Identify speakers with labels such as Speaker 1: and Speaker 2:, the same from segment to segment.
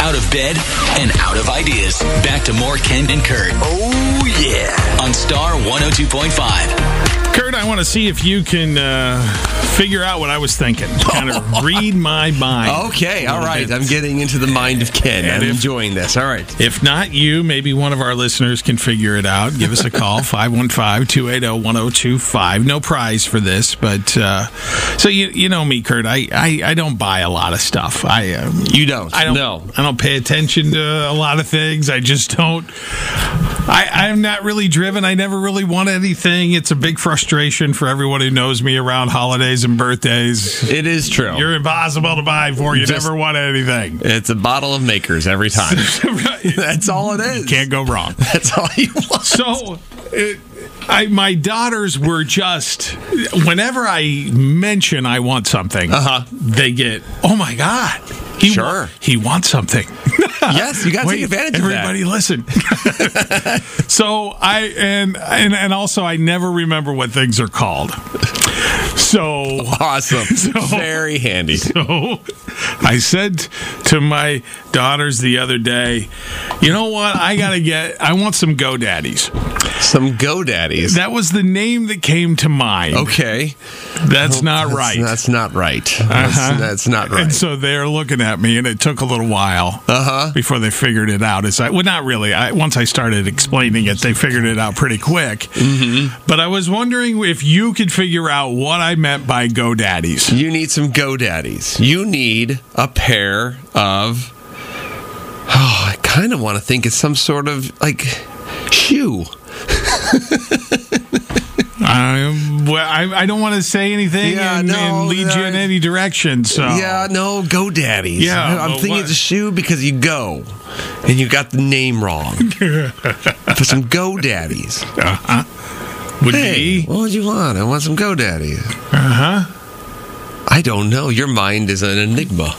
Speaker 1: out of bed, and out of ideas. Back to more Ken and Kurt. Oh, yeah. On Star 102.5.
Speaker 2: Kurt, I want to see if you can uh, figure out what I was thinking. Kind of read my mind.
Speaker 3: Okay, all right. I'm getting into the mind of Ken. I'm
Speaker 2: if-
Speaker 3: enjoying this. All right.
Speaker 2: If not you, maybe one of our listeners can figure it out. Give us a call, 515 280 1025. No prize for this, but uh, so you you know me, Kurt. I, I, I don't buy a lot of stuff. I um,
Speaker 3: You don't.
Speaker 2: I don't
Speaker 3: No.
Speaker 2: I don't pay attention to a lot of things. I just don't. I, I'm not really driven. I never really want anything. It's a big frustration for everyone who knows me around holidays and birthdays.
Speaker 3: It is true.
Speaker 2: You're impossible to buy for. You
Speaker 3: Just-
Speaker 2: never want anything.
Speaker 3: it's a bottle of makers every time.
Speaker 2: Right.
Speaker 3: That's all it is.
Speaker 2: Can't go wrong.
Speaker 3: That's all you want.
Speaker 2: So, it, I, my daughters were just whenever I mention I want something,
Speaker 3: Uh-huh.
Speaker 2: they get, oh my god, he wa-
Speaker 3: Sure.
Speaker 2: he wants something.
Speaker 3: yes, you got to
Speaker 2: Wait,
Speaker 3: take advantage of that.
Speaker 2: everybody listen. so I and, and and also I never remember what things are called. So
Speaker 3: Awesome. Very handy.
Speaker 2: so I said to my daughters the other day, you know what? I gotta get I want some GoDaddies.
Speaker 3: Some GoDaddies.
Speaker 2: That was the name that came to mind.
Speaker 3: okay.
Speaker 2: That's not
Speaker 3: Oh, That's-
Speaker 2: right.
Speaker 3: That's not right. That's,
Speaker 2: Uh-huh.
Speaker 3: that's not
Speaker 2: And
Speaker 3: right.
Speaker 2: so they're looking at me, and it took a little while uh-huh. before they figured it out. It's like, well, not really. I, once I started explaining it, they figured it out pretty quick. Mm-hmm. But I was wondering if you could figure out what I meant by GoDaddies.
Speaker 3: you need some GoDaddies. You need a pair of. Oh, I kind of want to think it's some sort of like shoe.
Speaker 2: I, Um, well, I, I don't want to say anything
Speaker 3: Yeah,
Speaker 2: and,
Speaker 3: no,
Speaker 2: and lead you in
Speaker 3: I-
Speaker 2: any direction. So
Speaker 3: Yeah, no, GoDaddies.
Speaker 2: Oh. Yeah,
Speaker 3: I'm
Speaker 2: well,
Speaker 3: thinking
Speaker 2: what-
Speaker 3: it's a shoe because you go and you got the name wrong. For some GoDaddies.
Speaker 2: would
Speaker 3: Hey,
Speaker 2: be
Speaker 3: what would you want? I want some GoDaddies.
Speaker 2: uh huh.
Speaker 3: I don't know. Your mind is an enigma.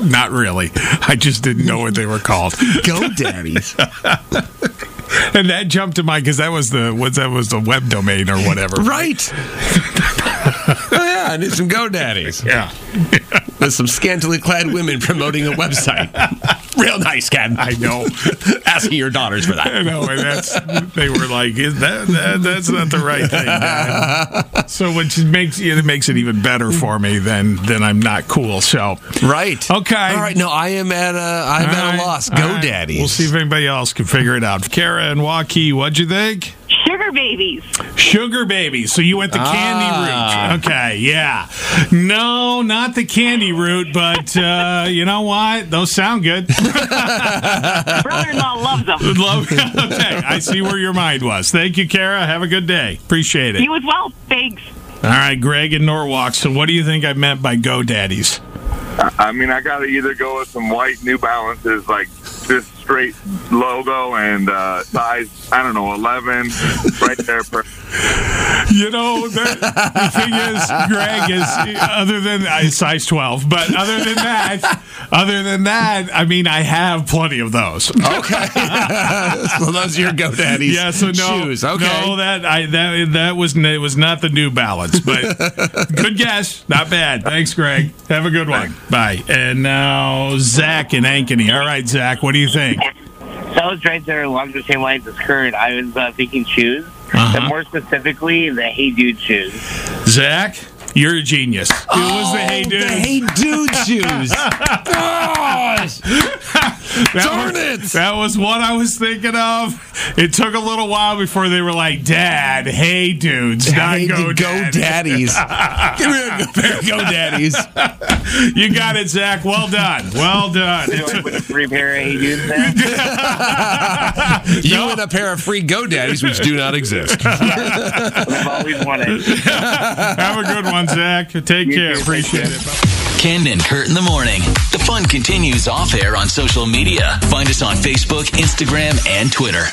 Speaker 2: Not really. I just didn't know what they were called.
Speaker 3: GoDaddies.
Speaker 2: and that jumped to mind because that was the what that was the web domain or whatever.
Speaker 3: Right. oh, yeah, I need some GoDaddies.
Speaker 2: Yeah.
Speaker 3: There's some scantily clad women promoting a website. Real nice, Ken.
Speaker 2: I know.
Speaker 3: Asking your daughters for that.
Speaker 2: I know, and that's they were like, "Is that, that that's not the right thing. Dad." So, which makes it makes it even better for me than than I'm not cool. So,
Speaker 3: Right.
Speaker 2: Okay.
Speaker 3: All right. No, I am at a. I'm
Speaker 2: All
Speaker 3: at
Speaker 2: right,
Speaker 3: a loss.
Speaker 2: all right.
Speaker 3: GoDaddies.
Speaker 2: We'll see if anybody else can figure it out. Kara and Waukee, what'd you think?
Speaker 4: Sugar babies.
Speaker 2: Sugar babies. So you went the candy
Speaker 3: Ah.
Speaker 2: route. Okay, yeah. No, not the candy route, but uh, you know what? Those sound good.
Speaker 4: Brother-in-law loves them.
Speaker 2: Love. Okay, I see where your mind was. Thank you, Kara. Have a good day. Appreciate it.
Speaker 4: You as well. Thanks.
Speaker 2: All right, Greg in Norwalk. So, what do you think I meant by GoDaddies?
Speaker 5: I mean, I got to either go with some white New Balances, like this straight logo and uh, size, I don't know, 11, right there. Per-
Speaker 2: You know, the, the thing is, Greg is other than I size twelve, but other than that, other than that, I mean, I have plenty of those.
Speaker 3: Okay. so those are your GoDaddies.
Speaker 2: Yeah, so no,
Speaker 3: shoes. Okay.
Speaker 2: no, that I that that was it was not the New Balance, but good guess, not bad. Thanks, Greg. Have a good one. Bye. And now Zach and Ankeny. All right, Zach, what do you think?
Speaker 6: That was right there along the same lines as Kurt. I was uh, thinking shoes, and more specifically, the Hey Dude shoes.
Speaker 2: Zach, you're a genius. It was the hey dude.
Speaker 3: Oh, The hey dude shoes. Gosh.
Speaker 2: That
Speaker 3: Darn
Speaker 2: was-
Speaker 3: it!
Speaker 2: That was what I was thinking of. It took a little while before they were like, "Dad, hey dudes, not
Speaker 3: Hey,
Speaker 2: go,
Speaker 3: the
Speaker 2: Dad."
Speaker 3: GoDaddies. Give me a pair of GoDaddies.
Speaker 2: You got it, Zach. Well done. Well done. It took-
Speaker 6: With a three pair of Hey Dudes now.
Speaker 3: You and a pair of free GoDaddies, which do not exist.
Speaker 6: I've always wanted.
Speaker 2: Have a good one, Zach. Take care.
Speaker 6: too.
Speaker 2: Appreciate it.
Speaker 1: Ken and Kurt in the morning. The fun continues off air on social media. Find us on Facebook, Instagram, and Twitter.